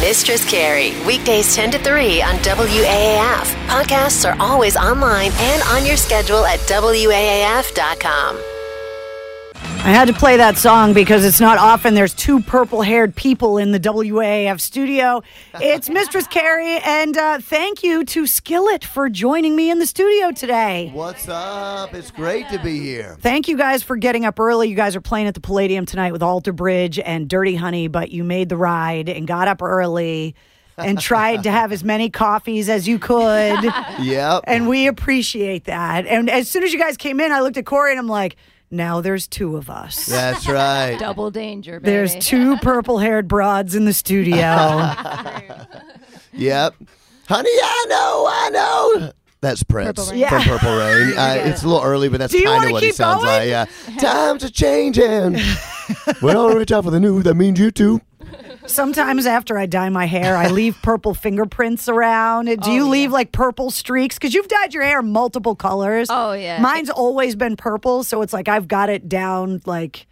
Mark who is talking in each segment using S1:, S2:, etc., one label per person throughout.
S1: Mistress Carrie, weekdays 10 to 3 on WAAF. Podcasts are always online and on your schedule at WAAF.com.
S2: I had to play that song because it's not often there's two purple haired people in the WAAF studio. It's Mistress Carrie, and uh, thank you to Skillet for joining me in the studio today.
S3: What's up? It's great to be here.
S2: Thank you guys for getting up early. You guys are playing at the Palladium tonight with Alter Bridge and Dirty Honey, but you made the ride and got up early and tried to have as many coffees as you could.
S3: Yep.
S2: And we appreciate that. And as soon as you guys came in, I looked at Corey and I'm like, now there's two of us.
S3: That's right.
S4: Double danger, baby.
S2: There's two purple haired broads in the studio.
S3: Yep. Honey, I know, I know. That's Prince
S4: Purple Rain.
S2: Yeah.
S3: from Purple Rain. Uh, It's a little early, but that's
S2: Do you
S3: kind
S2: wanna
S3: of what it
S2: keep
S3: sounds
S2: going?
S3: like. Yeah. Times are changing. We're on the reach out for the news. That means you too.
S2: Sometimes after I dye my hair, I leave purple fingerprints around. Do
S4: Oh,
S2: you leave like purple streaks? Because you've dyed your hair multiple colors.
S4: Oh, yeah.
S2: Mine's always been purple. So it's like I've got it down like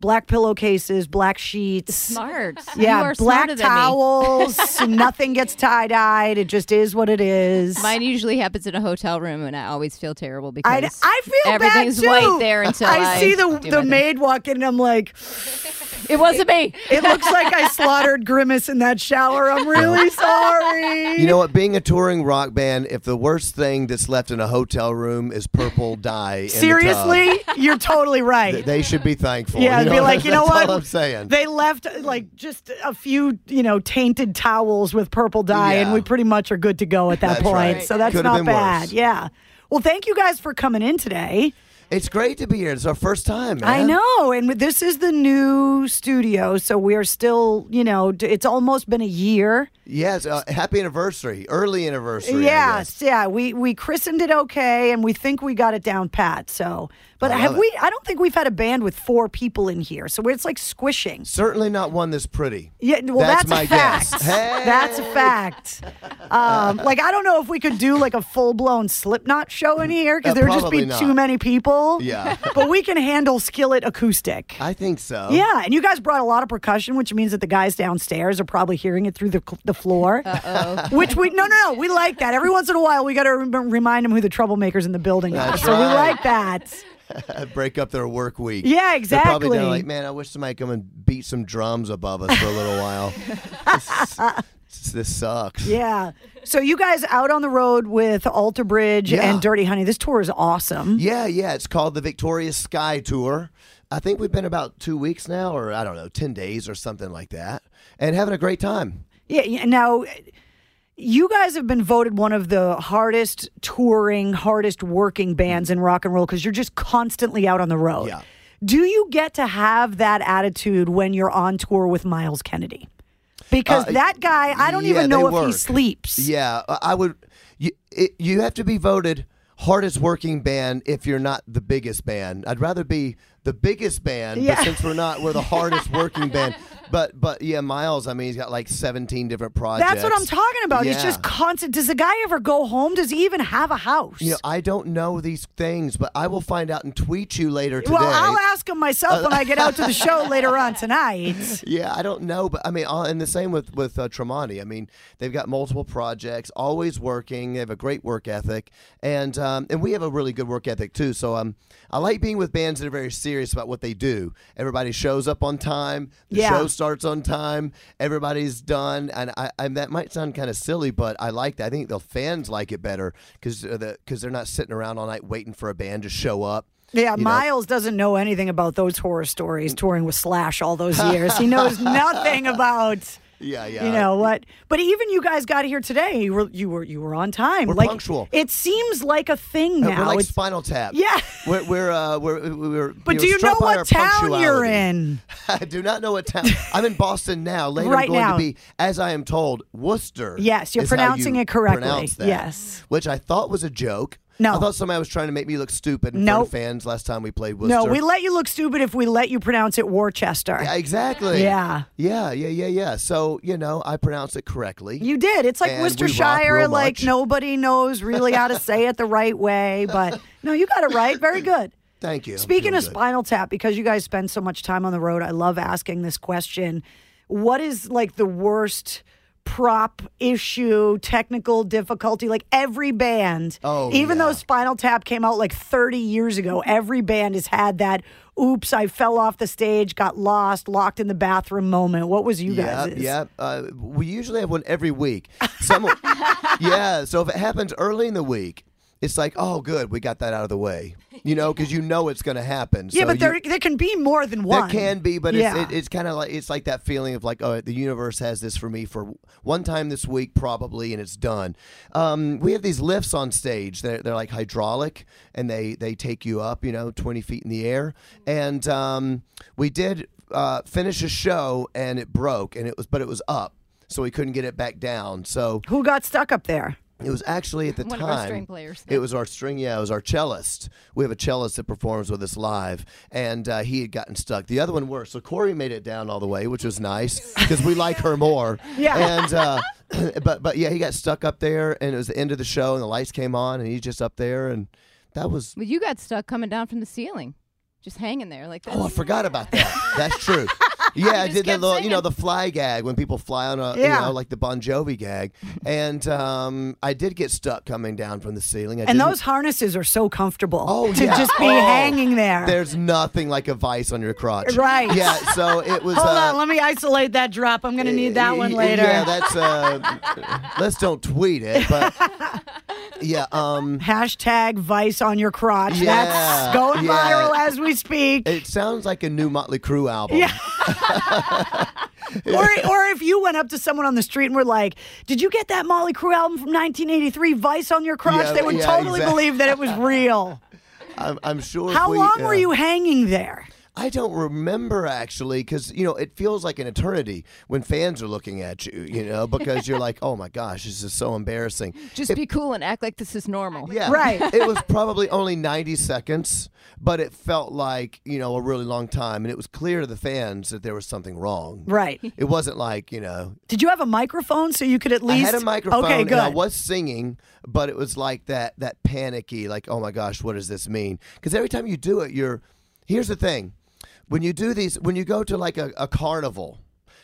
S2: black pillowcases, black sheets.
S4: smart.
S2: Yeah,
S4: you are
S2: black
S4: smarter than me.
S2: towels. so nothing gets tie dyed. It just is what it is.
S4: Mine usually happens in a hotel room, and I always feel terrible because
S2: I, I feel
S4: everything's
S2: bad too.
S4: white there until I,
S2: I see the
S4: do
S2: the
S4: my thing.
S2: maid walk in and I'm like,
S4: It wasn't me.
S2: It looks like I slaughtered Grimace in that shower. I'm really sorry.
S3: You know what? Being a touring rock band, if the worst thing that's left in a hotel room is purple dye, in the tub,
S2: Seriously, you're totally
S3: th-
S2: right.
S3: they should be thankful.
S2: yeah, I'd
S3: you
S2: be
S3: know,
S2: like, you know
S3: that's
S2: what?
S3: All I'm saying.
S2: They left like just a few, you know, tainted towels with purple dye, and
S3: Yeah.
S2: we pretty much are good to go at that
S3: That's
S2: point.
S3: right.
S2: So that's
S3: Could've
S2: not
S3: been worse.
S2: bad. Yeah. Well, thank you guys for coming in today.
S3: it's great to be here. It's our first time, man.
S2: I know, and this is the new studio, so we are still, you know, d- it's almost been a year.
S3: Yes, uh, happy anniversary, early anniversary. I
S2: Yes,
S3: guess.
S2: yeah. We we christened it okay, and we think we got it down pat. So, but have
S3: love it.
S2: we? I don't think we've had a band with four people in here. So it's like squishing.
S3: Certainly not one that's pretty.
S2: Yeah, well, that's,
S3: That's
S2: a
S3: my
S2: fact.
S3: guess.
S2: That's a
S3: Hey.
S2: fact. Um, like, I don't know if we could do like a full blown Slipknot show in here because
S3: Uh,
S2: there would just be
S3: probably not.
S2: too many people.
S3: Yeah.
S2: but we can handle Skillet acoustic.
S3: I think so.
S2: Yeah, and you guys brought a lot of percussion, which means that the guys downstairs are probably hearing it through the, the floor. Uh-oh. Which we no no no, we like that. Every once in a while, we got to rem- remind them who the troublemakers in the building are.
S3: That's
S2: So we
S3: right.
S2: like that.
S3: Break up their work week.
S2: Yeah,
S3: They're probably down
S2: exactly.
S3: like, man, I wish somebody come and beat some drums above us for a little while. this, this sucks.
S2: Yeah. So you guys out on the road with Alter Bridge
S3: Yeah.
S2: and Dirty Honey. This tour is awesome.
S3: Yeah, yeah. It's called the Victoria Sky Tour. I think we've been about two weeks now, or I don't know, 10 days or something like that, and having a great time.
S2: Yeah. yeah, Now, you guys have been voted one of the hardest touring, hardest working bands in rock and roll because you're just constantly out on the road.
S3: Yeah.
S2: Do you get to have that attitude when you're on tour with Miles Kennedy? Because
S3: Uh,
S2: that guy, I don't
S3: yeah,
S2: even
S3: they
S2: know if he
S3: work.
S2: sleeps.
S3: Yeah, I I would. You, it, you have to be voted hardest working band if you're not the biggest band. I'd rather be the biggest band,
S2: Yeah.
S3: but since we're not, we're the hardest working band. But but yeah, Miles. I mean, he's got like 17 different projects.
S2: That's what I'm talking about. He's
S3: Yeah.
S2: just constant. Does the guy ever go home? Does he even have a house?
S3: You know, I don't know these things, but I will find out and tweet you later today.
S2: well, I'll ask him myself when I get out to the show later on tonight.
S3: Yeah, I don't know, but I mean, uh, and the same with with uh, Tremonti. I mean, they've got multiple projects, always working. They have a great work ethic, and um, and we have a really good work ethic too. So um, I like being with bands that are very serious about what they do. Everybody shows up on time. The
S2: Yeah.
S3: show starts on time. Everybody's done, and I, I that might sound kind of silly, but I like that. I think the fans like it better because the because they're not sitting around all night waiting for a band to show up.
S2: Yeah,
S3: you know?
S2: Miles doesn't know anything about those horror stories touring with Slash all those years. he knows nothing about
S3: Yeah, yeah.
S2: You know what? But even you guys got here today. You were you were you were on time.
S3: We're
S2: like,
S3: punctual.
S2: It seems like a thing
S3: Uh,
S2: now.
S3: We're like
S2: It's-
S3: Spinal Tap.
S2: Yeah.
S3: We're we're uh, we're, we're
S2: but do you know what town you're in?
S3: I do not know what town. I'm in Boston now. Later,
S2: Right
S3: I'm going
S2: now.
S3: to be, as I am told, Worcester.
S2: Yes, you're
S3: is how
S2: pronouncing
S3: you
S2: it correctly.
S3: pronounce that,
S2: Yes.
S3: which I thought was a joke.
S2: No.
S3: I thought somebody was trying to make me look stupid in front
S2: Nope.
S3: of fans last time we played Worcester.
S2: No, we let you look stupid if we let you pronounce it Worcester.
S3: Yeah, exactly.
S2: Yeah.
S3: Yeah. Yeah. Yeah. Yeah. So you know, I pronounced it correctly.
S2: You did. It's like
S3: And we rock
S2: Worcestershire.
S3: real
S2: Like
S3: much.
S2: nobody knows really how to say it the right way. But no, you got it right. Very good.
S3: Thank you. I'm
S2: Speaking
S3: feeling
S2: of
S3: good.
S2: Spinal Tap, because you guys spend so much time on the road, I love asking this question. What is like the worst prop issue, technical difficulty? Like every band,
S3: Oh,
S2: even though
S3: yeah.
S2: Spinal Tap came out like 30 years ago, every band has had that oops, I fell off the stage, got lost, locked in the bathroom moment. What was you
S3: Yeah,
S2: guys?
S3: yeah. Uh, we usually have one every week. Some, yeah. So if it happens early in the week, it's like, oh, good, we got that out of the way. You know, because you know it's going to happen.
S2: Yeah,
S3: so
S2: but
S3: you-
S2: there, there can be more than
S3: there
S2: one.
S3: can be, but
S2: Yeah.
S3: it's, it, it's kind of like it's like that feeling of like, oh, the universe has this for me for one time this week probably, and it's done. Um, we have these lifts on stage. They're, they're like hydraulic, and they they take you up, you know, twenty feet in the air. And um, we did uh, finish a show, and it broke, and it was but it was up, so we couldn't get it back down. So
S2: Who got stuck up there?
S3: it was actually at the
S4: One
S3: time.
S4: of our string players.
S3: It was our string. Yeah, it was our cellist. We have a cellist that performs with us live, and uh, he had gotten stuck. The other one worse. So Corey made it down all the way, which was nice because we like her more.
S2: Yeah.
S3: And uh, but but yeah, he got stuck up there, and it was the end of the show, and the lights came on, and he's just up there, and that was.
S4: Well, you got stuck coming down from the ceiling, just hanging there like that.
S3: Oh, I forgot about that. That's true. Yeah, I
S4: just
S3: did that
S4: kept
S3: little, you know,
S4: singing.
S3: the fly gag when people fly on a,
S2: Yeah.
S3: you know, like the Bon Jovi gag. And um, I did get stuck coming down from the ceiling. I
S2: And
S3: didn't-
S2: those harnesses are so comfortable
S3: Oh,
S2: to
S3: yeah.
S2: just be
S3: Oh.
S2: hanging there.
S3: There's nothing like a vice on your crotch.
S2: Right.
S3: Yeah, so it was.
S2: Hold
S3: uh,
S2: on, let me isolate that drop. I'm going to need that one
S3: y-
S2: later.
S3: Yeah, that's. Uh, let's don't tweet it, but. Yeah, um.
S2: Hashtag vice on your crotch.
S3: Yeah,
S2: that's going
S3: yeah.
S2: viral as we speak.
S3: It sounds like a new Motley Crue album.
S2: Yeah. or, or if you went up to someone on the street and were like, Did you get that Molly Crew album from 1983, Vice on Your Crotch?
S3: Yeah,
S2: they would
S3: yeah,
S2: totally
S3: exact-
S2: believe that it was real.
S3: I'm, I'm sure. if
S2: How
S3: we,
S2: long were
S3: uh,
S2: you hanging there?
S3: I don't remember actually, because you know it feels like an eternity when fans are looking at you, you know, because you're like, oh my gosh, this is so embarrassing.
S4: Just be cool and act like this is normal.
S3: Yeah.
S2: Right.
S3: It was probably only 90 seconds, but it felt like, you know, a really long time. And it was clear to the fans that there was something wrong.
S2: Right.
S3: It wasn't like, you know,
S2: Did you have a microphone so you could at
S3: I
S2: least?
S3: had a microphone
S2: Okay,
S3: and I
S2: good.
S3: was singing, but it was like that that panicky, like, oh my gosh, what does this mean? Because every time you do it, you're. Here's the thing, when you do these, when you go to like a, a carnival,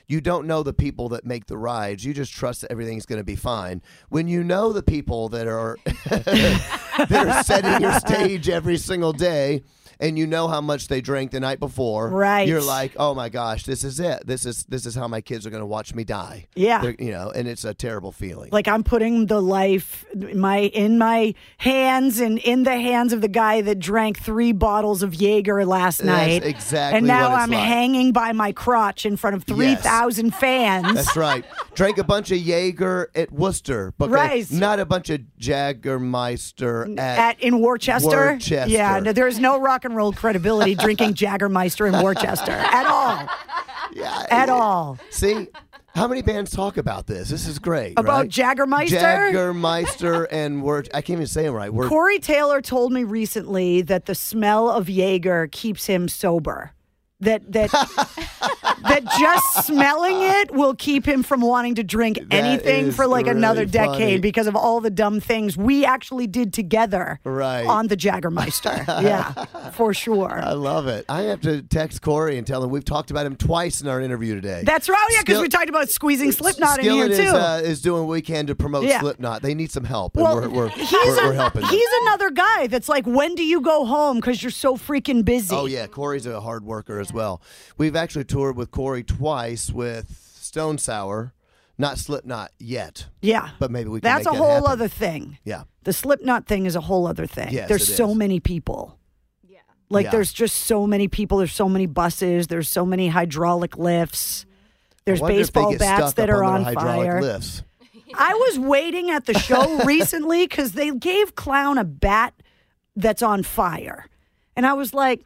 S3: you don't know the people that make the rides. You just trust that everything's going to be fine. When you know the people that are that are setting your stage every single day. And you know how much they drank the night before,
S2: Right.
S3: You're like, oh my gosh, this is it. This is this is how my kids are going to watch me die.
S2: Yeah.
S3: They're- you know, and it's a terrible feeling.
S2: like I'm putting the life my in my hands and in the hands of the guy that drank three bottles of Jaeger last night.
S3: exactly
S2: And now
S3: what it's
S2: I'm
S3: like.
S2: hanging by my crotch in front of three thousand fans.
S3: That's right. Drank a bunch of Jaeger at Worcester, but
S2: Right.
S3: not a bunch of Jagermeister at,
S2: at in Worcester,
S3: Worcester.
S2: yeah, no, there's no rock and roll credibility drinking Jagermeister in Worcester at all,
S3: Yeah,
S2: at
S3: it-
S2: all.
S3: See, how many bands talk about this? This is great.
S2: About
S3: right?
S2: Jagermeister?
S3: Jagermeister, and Word. I can't even say them right. Word.
S2: Corey Taylor told me recently that the smell of Jaeger keeps him sober. That that that just smelling it will keep him from wanting to drink anything
S3: is
S2: for like another
S3: really funny.
S2: decade because of all the dumb things we actually did together
S3: Right.
S2: on the Jagermeister. yeah, for sure.
S3: I love it. I have to text Corey and tell him we've talked about him twice in our interview today.
S2: That's right. Oh, Yeah, because
S3: Skill-
S2: we talked about squeezing Slipknot in here
S3: Skillet
S2: too.
S3: Is, uh, is doing what we can to promote
S2: Yeah.
S3: Slipknot. They need some help.
S2: Well,
S3: and we're, we're,
S2: he's,
S3: we're,
S2: a-
S3: we're helping. them.
S2: he's another guy that's like, when do you go home? Because you're so freaking busy.
S3: Oh yeah, Corey's a hard worker as well. We've actually toured with Corey twice with Stone Sour, not Slipknot yet.
S2: Yeah.
S3: But maybe we can
S2: That's
S3: make
S2: a
S3: that
S2: whole
S3: happen.
S2: other thing.
S3: Yeah.
S2: The Slipknot thing is a whole other thing.
S3: Yes,
S2: there's
S3: it
S2: so
S3: is.
S2: many people. Yeah. Like
S3: Yeah.
S2: there's just so many people. There's so many buses. There's so many hydraulic lifts. There's
S3: Wonder if they
S2: baseball
S3: get
S2: bats
S3: stuck
S2: that
S3: up
S2: are
S3: on,
S2: on
S3: their hydraulic
S2: fire.
S3: lifts.
S2: I was waiting at the show recently because they gave Clown a bat that's on fire. And I was like,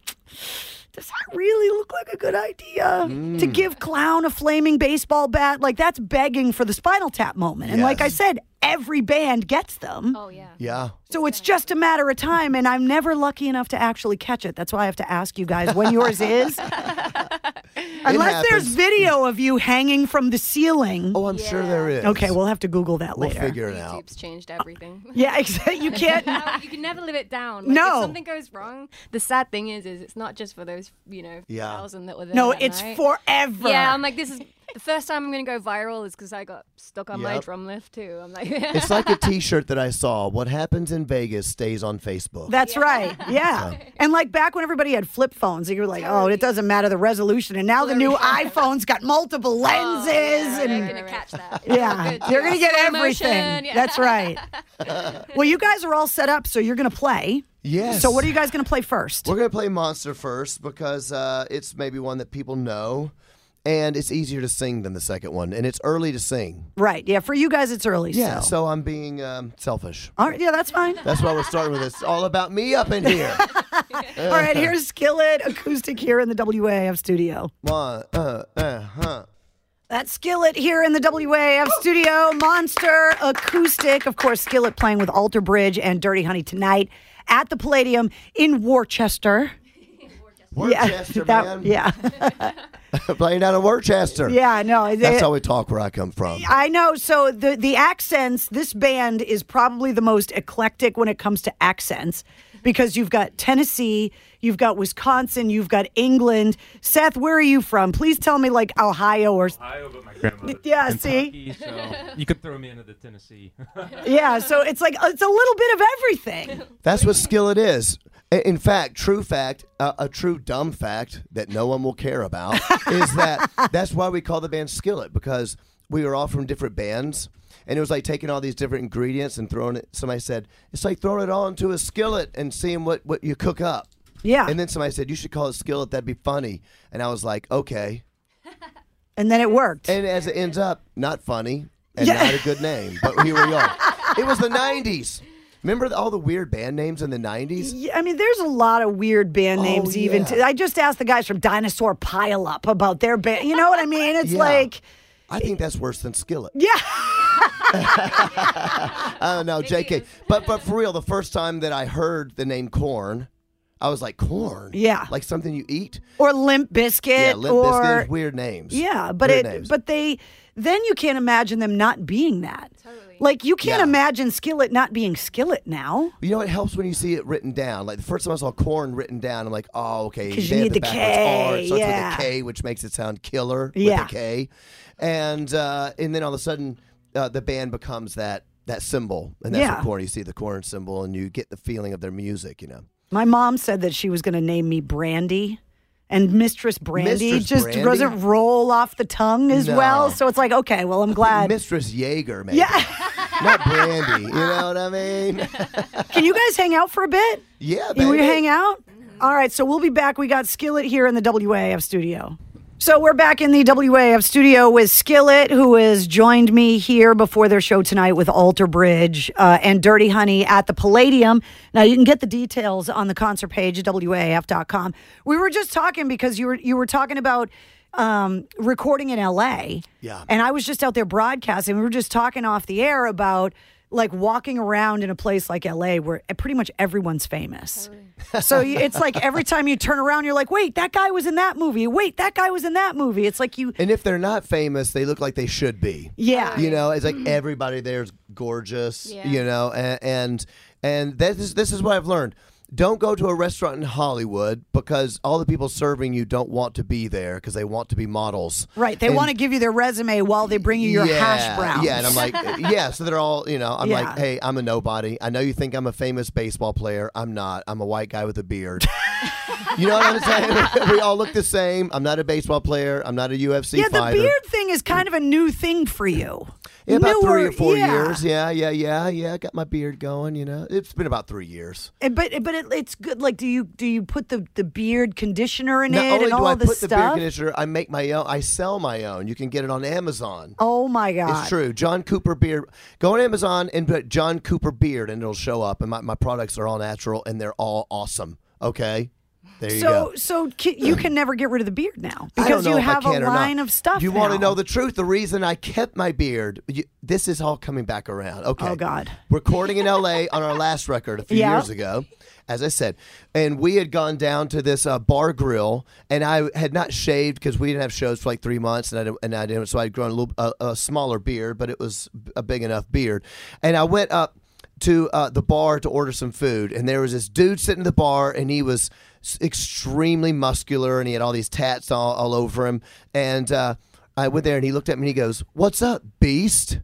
S2: does that really look like a good idea to
S3: Mm.
S2: give Clown a flaming baseball bat? Like, that's begging for the spinal tap moment. And like I
S3: Yes.
S2: said, every band gets them.
S4: Oh yeah.
S3: Yeah.
S2: so it's just a matter of time. And I'm never lucky enough to actually catch it. That's why I have to ask you guys when yours is. Unless there's
S3: happens.
S2: video of you hanging from the ceiling.
S3: Oh, I'm sure there is.
S2: Okay, we'll have to Google that
S3: we'll
S2: later.
S3: figure it out.
S5: YouTube's changed everything.
S2: Yeah, exactly. You can't.
S5: Now, you can never live it down. Like,
S2: No.
S5: If something goes wrong, the sad thing is, is it's not just for those, you know,
S3: Yeah.
S5: thousand that were there.
S2: No,
S5: that
S2: it's
S5: night.
S2: forever.
S5: Yeah, I'm like, this is the first time I'm gonna go viral is because I got stuck on my
S3: Yep.
S5: drum lift too. I'm like,
S3: It's like a T-shirt that I saw. What happens in Vegas stays on Facebook.
S2: That's right. Yeah. And like back when everybody had flip phones, you were like, oh, it doesn't matter the resolution. And now the new iPhone's got multiple lenses. and
S5: Oh, gonna catch that.
S2: yeah, you're going to get
S5: Slow
S2: everything.
S5: motion, yeah.
S2: That's right. well, you guys are all set up, so you're going to play.
S3: yes.
S2: So, what are you guys going to play 1st
S3: We're gonna play Monster first because uh, it's maybe one that people know, and it's easier to sing than the second one, and it's early to sing.
S2: right. Yeah. For you guys, it's early.
S3: Yeah.
S2: So.
S3: So I'm being um, selfish.
S2: all right, yeah, that's fine.
S3: That's why we're starting with this. It's all about me up in here.
S2: All right, here's Skillet Acoustic here in the WAF studio.
S3: One, uh, uh, huh.
S2: That skillet here in the WAF
S3: Oh.
S2: studio, Monster Acoustic. Of course, skillet playing with Alter Bridge and Dirty Honey tonight at the Palladium in Worcester.
S3: Worcester,
S2: that-
S3: man.
S2: yeah,
S3: Playing out of Worcester.
S2: yeah. No,
S3: That's
S2: it-
S3: how we talk where I come from.
S2: I know. So the the accents. This band is probably the most eclectic when it comes to accents because you've got Tennessee, you've got Wisconsin, you've got England. Seth, where are you from? Please tell me like Ohio or
S6: Ohio, but my grandmother.
S2: Yeah, see?
S6: So you could throw me into the Tennessee.
S2: yeah. So it's like it's a little bit of everything.
S3: That's what skillet is. I- In fact, true fact, uh, a true dumb fact that no one will care about is that that's why we call the band Skillet because we were all from different bands, and it was like taking all these different ingredients and throwing it. Somebody said it's like throwing it all into a skillet and seeing what what you cook up.
S2: Yeah.
S3: And then somebody said you should call it Skillet. That'd be funny. And I was like, okay.
S2: And then it worked.
S3: And as it ends up, not funny and
S2: Yeah.
S3: not a good name, but here we are. it was the '90s. Remember the, all the weird band names in the '90s?
S2: Yeah, I mean, there's a lot of weird band names. Even
S3: yeah.
S2: to, I just asked the guys from Dinosaur Pile Up about their band. You know what I mean? It's
S3: Yeah.
S2: like,
S3: I think that's worse than Skillet.
S2: yeah,
S3: I don't know, JK. But but for real, the first time that I heard the name corn, I was like, corn?
S2: Yeah.
S3: Like something you eat?
S2: or Limp Biscuit,
S3: yeah, Limp
S2: or
S3: Bizkit, weird names.
S2: yeah. But
S3: Weird
S2: it,
S3: names.
S2: but they, then you can't imagine them not being that. Totally. Like you can't
S3: Yeah.
S2: imagine Skillet not being Skillet now.
S3: You know, it helps when you see it written down. Like the first time I saw corn written down, I'm like, oh, okay.
S2: 'Cause you
S3: they have
S2: need the
S3: backwards
S2: K,
S3: R. It starts
S2: yeah.
S3: with a K, which makes it sound killer
S2: Yeah.
S3: with a K. And uh, and then all of a sudden, uh, the band becomes that that symbol, and that's
S2: Yeah.
S3: what corn. You see the corn symbol, and you get the feeling of their music. You know,
S2: My mom said that she was going to name me Brandy. And Mistress Brandy
S3: Mistress
S2: just
S3: Brandy?
S2: doesn't roll off the tongue as
S3: No.
S2: well. So it's like, okay, well, I'm glad.
S3: Mistress Jaeger, maybe.
S2: Yeah.
S3: Not Brandy. You know what I mean?
S2: Can you guys hang out for a bit?
S3: Yeah,
S2: You
S3: baby.
S2: want to hang out? All right, so we'll be back. We got Skillet here in the WAF studio. So we're back in the WAF studio with Skillet, who has joined me here before their show tonight with Alter Bridge uh, and Dirty Honey at the Palladium. Now you can get the details on the concert page at WAF.com. We were just talking because you were you were talking about um, recording in LA.
S3: Yeah.
S2: And I was just out there broadcasting. We were just talking off the air about like walking around in a place like LA where pretty much everyone's famous. so you, it's like every time you turn around, you're like, wait, that guy was in that movie. Wait, that guy was in that movie. It's like you,
S3: And if they're not famous, they look like they should be.
S2: yeah.
S3: You know, it's like everybody there's gorgeous. You know, and and, and this is this is what I've learned. Don't go to a restaurant in Hollywood because all the people serving you don't want to be there because they want to be models.
S2: Right. They
S3: And-
S2: want to give you their resume while they bring you your hash browns.
S3: Yeah, and I'm like, yeah. So they're all, you know, I'm
S2: Yeah.
S3: like, hey, I'm a nobody. I know you think I'm a famous baseball player. I'm not. I'm a white guy with a beard. you know what I'm saying? we all look the same. I'm not a baseball player. I'm not a UFC
S2: yeah, the
S3: fighter.
S2: beard thing is kind of a new thing for you.
S3: Yeah, about three
S2: Newer,
S3: or four
S2: yeah.
S3: years. Yeah, yeah, yeah, yeah. Got my beard going. You know, it's been about three years.
S2: And- But but it, it's good. Like, do you do you put the, the beard conditioner in
S3: Not
S2: it
S3: only
S2: and
S3: do
S2: all
S3: I
S2: this
S3: put the beard
S2: stuff?
S3: conditioner, I make my own. I sell my own. You can get it on Amazon.
S2: oh my god!
S3: It's true. John Cooper Beard. Go on Amazon and put John Cooper Beard, and it'll show up. And my, my products are all natural, and they're all awesome. Okay, there you
S2: so
S3: go.
S2: so ca- you can never get rid of the beard now
S3: I don't
S2: because you
S3: know if I
S2: have
S3: can
S2: a
S3: or not.
S2: line of stuff.
S3: You want to
S2: now.
S3: know the truth? The reason I kept my beard. You, this is all coming back around. Okay.
S2: Oh, God.
S3: Recording in L.A. on our last record a few
S2: Yeah.
S3: years ago, as I said, and we had gone down to this uh, bar grill, and I had not shaved because we didn't have shows for like three months, and I didn't, and I didn't, so I'd grown a little a, a smaller beard, but it was a big enough beard, and I went up to uh, the bar to order some food, and there was this dude sitting at the bar, and he was s- extremely muscular, and he had all these tats all, all over him, and uh, I went there, and he looked at me, and he goes, "What's up, beast?"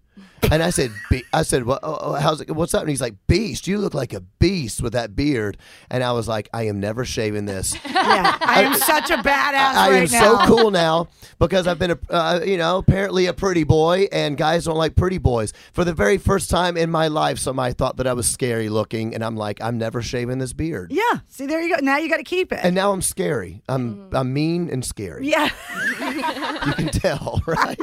S3: And I said, Be- I said, well, oh, oh, how's it, what's up? And he's like, Beast, you look like a beast with that beard. And I was like, I am never shaving this.
S2: Yeah, I am such a badass
S3: I
S2: right
S3: am
S2: now.
S3: so cool now because I've been, a, uh, you know, apparently a pretty boy, and guys don't like pretty boys. For the very first time in my life, somebody thought that I was scary looking, and I'm like, I'm never shaving this beard.
S2: Yeah. See, there you go. Now you got to keep it.
S3: And now I'm scary. I'm I'm mean and scary.
S2: Mm. yeah,
S3: You can tell, right?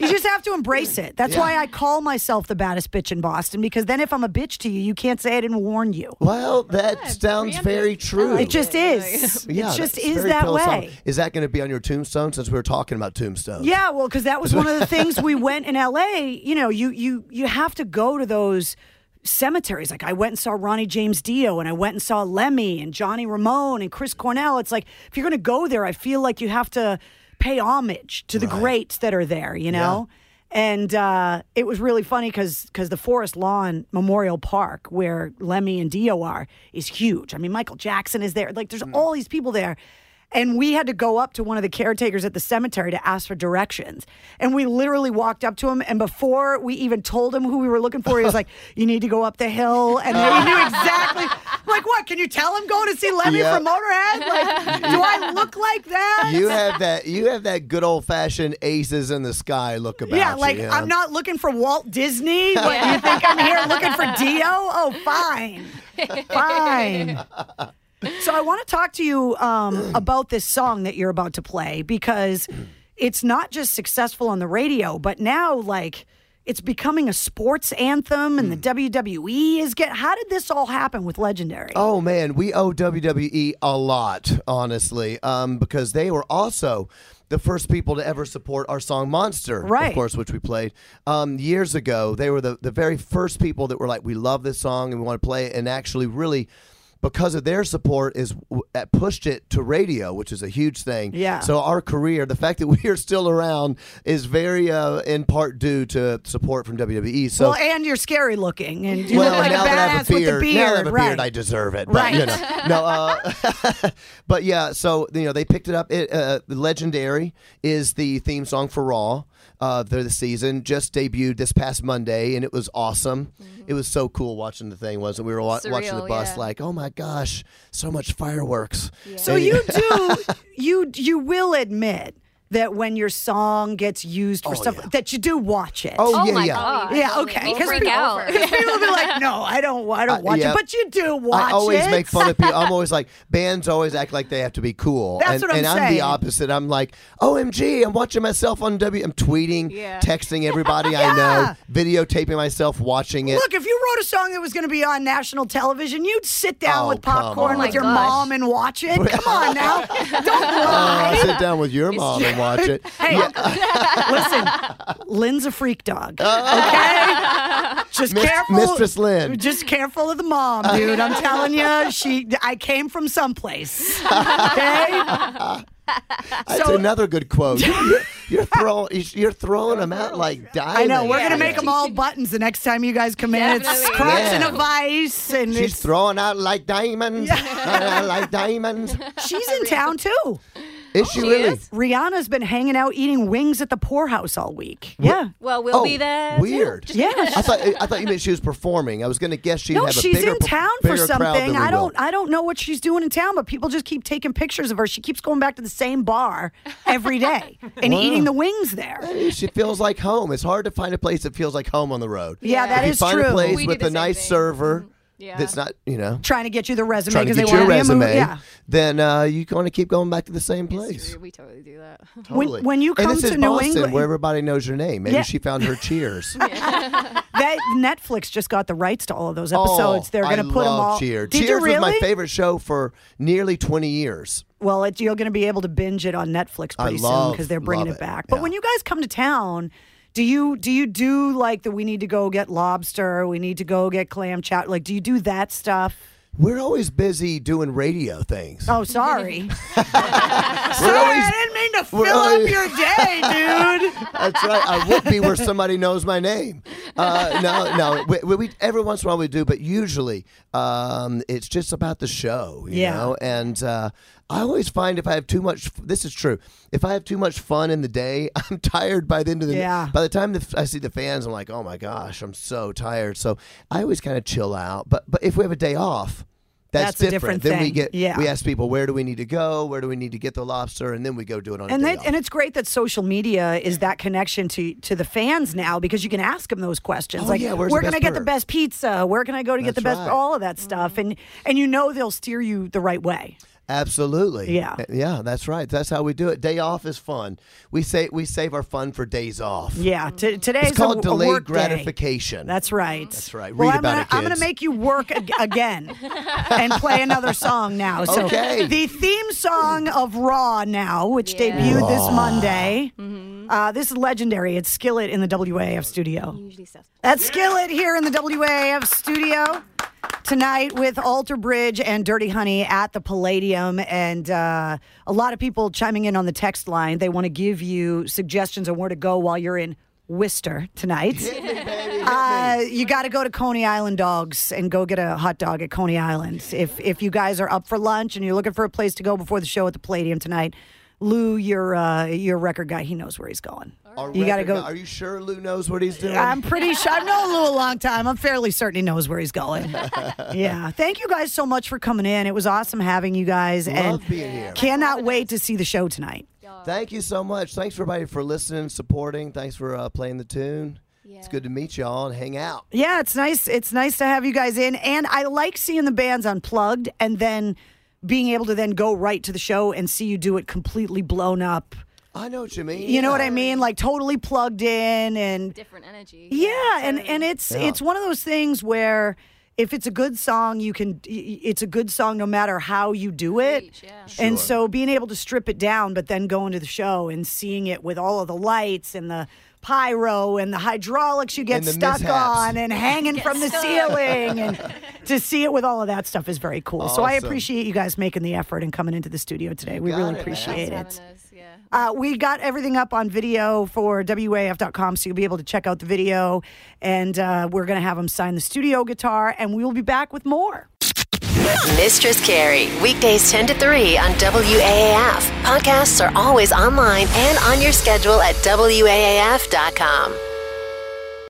S2: you just have to embrace it. That's why I call myself the baddest bitch in Boston because then if I'm a bitch to you, you can't say I didn't warn you.
S3: well, that sounds very true.
S2: It just is.
S3: Yeah,
S2: it just
S3: that's
S2: is
S3: very
S2: that
S3: philosophical.
S2: way.
S3: Is that going to be on your tombstone since we were talking about tombstones?
S2: Yeah, well, because that was one of the things we went in LA. You know, you you you have to go to those cemeteries. Like I went and saw Ronnie James Dio, and I went and saw Lemmy and Johnny Ramone and Chris Cornell. It's like if you're going to go there, I feel like you have to pay homage to the greats that are there. You know. And uh, it was really funny because the Forest Lawn Memorial Park, where Lemmy and Dio are, is huge. I mean, Michael Jackson is there. Like, there's all these people there. And we had to go up to one of the caretakers at the cemetery to ask for directions. And we literally walked up to him. And before we even told him who we were looking for, he was like, You need to go up the hill. And then he knew exactly. Like, what? Can you tell him going to see Lemmy
S3: Yeah.
S2: from Motorhead? Like, do I look like that?
S3: You have that. You have that good old fashioned aces in the sky look about
S2: yeah,
S3: you,
S2: like
S3: you know?
S2: I'm not looking for Walt Disney, but you think I'm here looking for Dio? Oh, fine, fine. So I want to talk to you um, about this song that you're about to play because it's not just successful on the radio, but now like it's becoming a sports anthem, and
S3: Hmm.
S2: the WWE is get. How did this all happen with Legendary?
S3: Oh man, we owe WWE a lot, honestly, um, because they were also the first people to ever support our song "Monster,"
S2: Right.
S3: Of course, which we played um, years ago. They were the the very first people that were like, "We love this song and we want to play it," and actually, really. Because of their support, is w- that pushed it to radio, which is a huge thing.
S2: Yeah.
S3: So our career, the fact that we are still around, is very uh, in part due to support from WWE. So
S2: well, and you're scary looking, and you
S3: well,
S2: look like a badass
S3: now that I have a
S2: with the
S3: beard,
S2: beard.
S3: now that I have a
S2: right.
S3: beard, I deserve it. But,
S2: Right.
S3: You know, no, uh, but yeah. So you know, they picked it up. It, uh, "Legendary" is the theme song for Raw. Uh, for the season just debuted this past Monday, and it was awesome.
S2: Mm-hmm.
S3: It was so cool watching the thing. Wasn't it? we were wa- watching the
S4: Surreal,
S3: bus
S4: yeah.
S3: like, oh my gosh, so much fireworks.
S2: So you do you you will admit that when your song gets used for stuff that you do watch it.
S3: Oh, yeah,
S4: my
S3: yeah.
S4: God.
S2: yeah, okay.
S4: We'll freak
S2: people,
S4: out.
S2: 'cause people will be like, no, I don't, I don't
S3: Uh,
S2: watch
S3: yeah.
S2: it, but you do watch
S3: I always
S2: it.
S3: make fun of people. I'm always like, bands always act like they have to be cool.
S2: That's
S3: and
S2: what I'm
S3: and I'm
S2: saying.
S3: the opposite. I'm like, OMG, I'm watching myself on W. I'm tweeting, texting everybody I know, videotaping myself watching it.
S2: Look, if you wrote a song that was going to be on national television, you'd sit down
S3: Oh,
S2: with
S3: come
S2: popcorn
S3: on.
S2: with
S3: Oh my
S2: your
S4: gosh.
S2: mom and watch it. Come on now, don't
S3: Uh,
S2: lie.
S3: sit down with your mom and watch it.
S2: Hey, listen, Lynn's a freak dog.
S3: Uh.
S2: Okay, just
S3: Mis-
S2: careful,
S3: Mistress Lynn.
S2: Just careful of the mom, dude. I'm telling you, she. I came from someplace. Okay.
S3: That's
S2: so-
S3: another good quote. You're, you're, throw, you're throwing them out like
S2: I
S3: diamonds.
S2: know we're gonna make them all buttons the next time you guys come in. It's
S4: Definitely.
S2: crotch in a
S3: Yeah.
S2: vice, and
S3: She's
S2: it's,
S3: throwing out like diamonds, uh, like diamonds.
S2: she's in town too.
S3: Is she really?
S2: Rihanna's been hanging out eating wings at the poorhouse all week. Yeah.
S5: Well, we'll be there. too.
S3: Oh, Weird.
S5: Just-
S2: Yeah.
S3: I thought I thought you meant she was performing. I was going to guess she'd
S2: No,
S3: have a
S2: she's
S3: bigger
S2: in
S3: per-
S2: town for
S3: bigger crowd
S2: something.
S3: than we
S2: I don't
S3: will.
S2: I don't know what she's doing in town, but people just keep taking pictures of her. She keeps going back to the same bar every day and eating the wings there.
S3: Hey, She feels like home. It's hard to find a place that feels like home on the road.
S2: Yeah, that
S3: if you
S2: is
S3: find
S2: true.
S3: a place
S5: We
S3: with
S5: do the
S3: a
S5: same
S3: nice
S5: thing. Mm-hmm.
S3: server
S5: Yeah.
S3: that's not, you know,
S2: Trying to get you the resume
S3: trying to
S2: because they want
S3: get your
S2: to be a
S3: resume,
S2: movie. Yeah.
S3: then uh, you want to keep going back to the same
S5: It's
S3: place.
S5: true, We totally do that.
S3: Totally.
S2: when you come
S3: and this
S2: to
S3: is
S2: New
S3: Boston,
S2: England-
S3: where everybody knows your name. Maybe
S2: Yeah.
S3: she found her Cheers.
S2: That Netflix just got the rights to all of those episodes. They're
S3: Oh, I
S2: going to put them
S3: love
S2: all.
S3: Cheers.
S2: Did
S3: Cheers
S2: you really?
S3: was my favorite show for nearly 20 years.
S2: Well, it, you're going to be able to binge it on Netflix
S3: I
S2: pretty soon
S3: love-
S2: because they're bringing
S3: love
S2: it
S3: it.
S2: back. But
S3: Yeah.
S2: when you guys come to town, do you do you do like the we need to go get lobster, we need to go get clam chowder? Like, do you do that stuff?
S3: We're always busy doing radio things.
S2: Oh, sorry,
S3: We're always-
S2: I didn't mean to
S3: we're
S2: fill up
S3: always-
S2: your day, dude.
S3: That's right. I would be where somebody knows my name. Uh, no, no. We, we, we- every once in a while we do, but usually um, it's just about the show, you
S2: Yeah.
S3: know? And uh, I always find if I have too much, this is true. If I have too much fun in the day, I'm tired by the end of the
S2: Yeah.
S3: By the time the, I see the fans, I'm like, oh my gosh, I'm so tired. So I always kind of chill out. But but if we have a day off, that's,
S2: That's a different
S3: then we
S2: thing.
S3: get
S2: Yeah.
S3: we ask people where do we need to go, where do we need to get the lobster, and then we go do it on
S2: And
S3: a day
S2: that,
S3: off.
S2: and it's great that social media is that connection to to the fans now because you can ask them those questions
S3: Oh,
S2: like
S3: yeah,
S2: where
S3: where's the
S2: can I
S3: best
S2: get the
S3: burger?"
S2: best pizza? Where can I go to get the
S3: That's
S2: best
S3: right. Mm-hmm.
S2: all of that stuff and and you know they'll steer you the right way.
S3: Absolutely.
S2: Yeah.
S3: Uh, Yeah, that's right. That's how we do it. Day off is fun. We say we save our fun for days off.
S2: Yeah, t- today's
S3: Mm-hmm. It's called
S2: a,
S3: delayed
S2: a work day.
S3: gratification.
S2: That's right. That's
S3: right.
S2: Well,
S3: Read
S2: I'm
S3: about
S2: gonna,
S3: it,
S2: I'm going to
S3: kids.
S2: make you work ag- again and play another song now. So
S3: Okay.
S2: The theme song of Raw now, which debuted this Monday. Uh, this is legendary. It's Skillet in the WAF studio.
S5: Usually stuff.
S2: That's Skillet here in the WAF studio tonight with Alter Bridge and Dirty Honey at the Palladium. And uh, a lot of people chiming in on the text line. They want to give you suggestions on where to go while you're in Worcester tonight. Uh, you got to go to Coney Island Dogs and go get a hot dog at Coney Island. If if you guys are up for lunch and you're looking for a place to go before the show at the Palladium tonight, Lou, your uh, your record guy, he knows where he's going.
S3: Our
S2: You got to
S3: record
S2: go.
S3: guy- Are you sure Lou knows what he's doing?
S2: I'm pretty sure. I've known Lou a long time. I'm fairly certain he knows where he's going. yeah. Thank you guys so much for coming in. It was awesome having you guys,
S3: Love
S2: and
S3: being here.
S2: cannot wait to see the show tonight.
S3: Thank you so much. Thanks everybody for listening, supporting. Thanks for uh, playing the tune. It's good to meet y'all and hang out.
S2: Yeah, it's nice. It's nice to have you guys in, and I like seeing the bands unplugged, and then being able to then go right to the show and see you do it completely blown up.
S3: I know what you mean.
S2: You know what
S3: Yeah.
S2: I mean? Like totally plugged in and
S5: Different energy.
S2: Yeah, and and it's
S3: Yeah.
S2: it's one of those things where if it's a good song, you can. y- y- It's a good song no matter how you do it. And so
S3: Sure.
S2: being able to strip it down, but then going to the show and seeing it with all of the lights and the pyro and the hydraulics you get
S3: And the
S2: stuck
S3: mishaps.
S2: on and hanging from the ceiling and to see it with all of that stuff is very cool. So I
S3: Awesome.
S2: appreciate you guys making the effort and coming into the studio today. we
S3: got
S2: really
S3: it, man.
S2: appreciate it.
S5: Having us, yeah.
S2: Uh, we got everything up on video for WAF.com, so you'll be able to check out the video. And uh, we're going to have them sign the studio guitar, and we will be back with more.
S1: Mistress Carey, weekdays 10 to 3 on WAAF. Podcasts are always online and on your schedule at WAAF.com.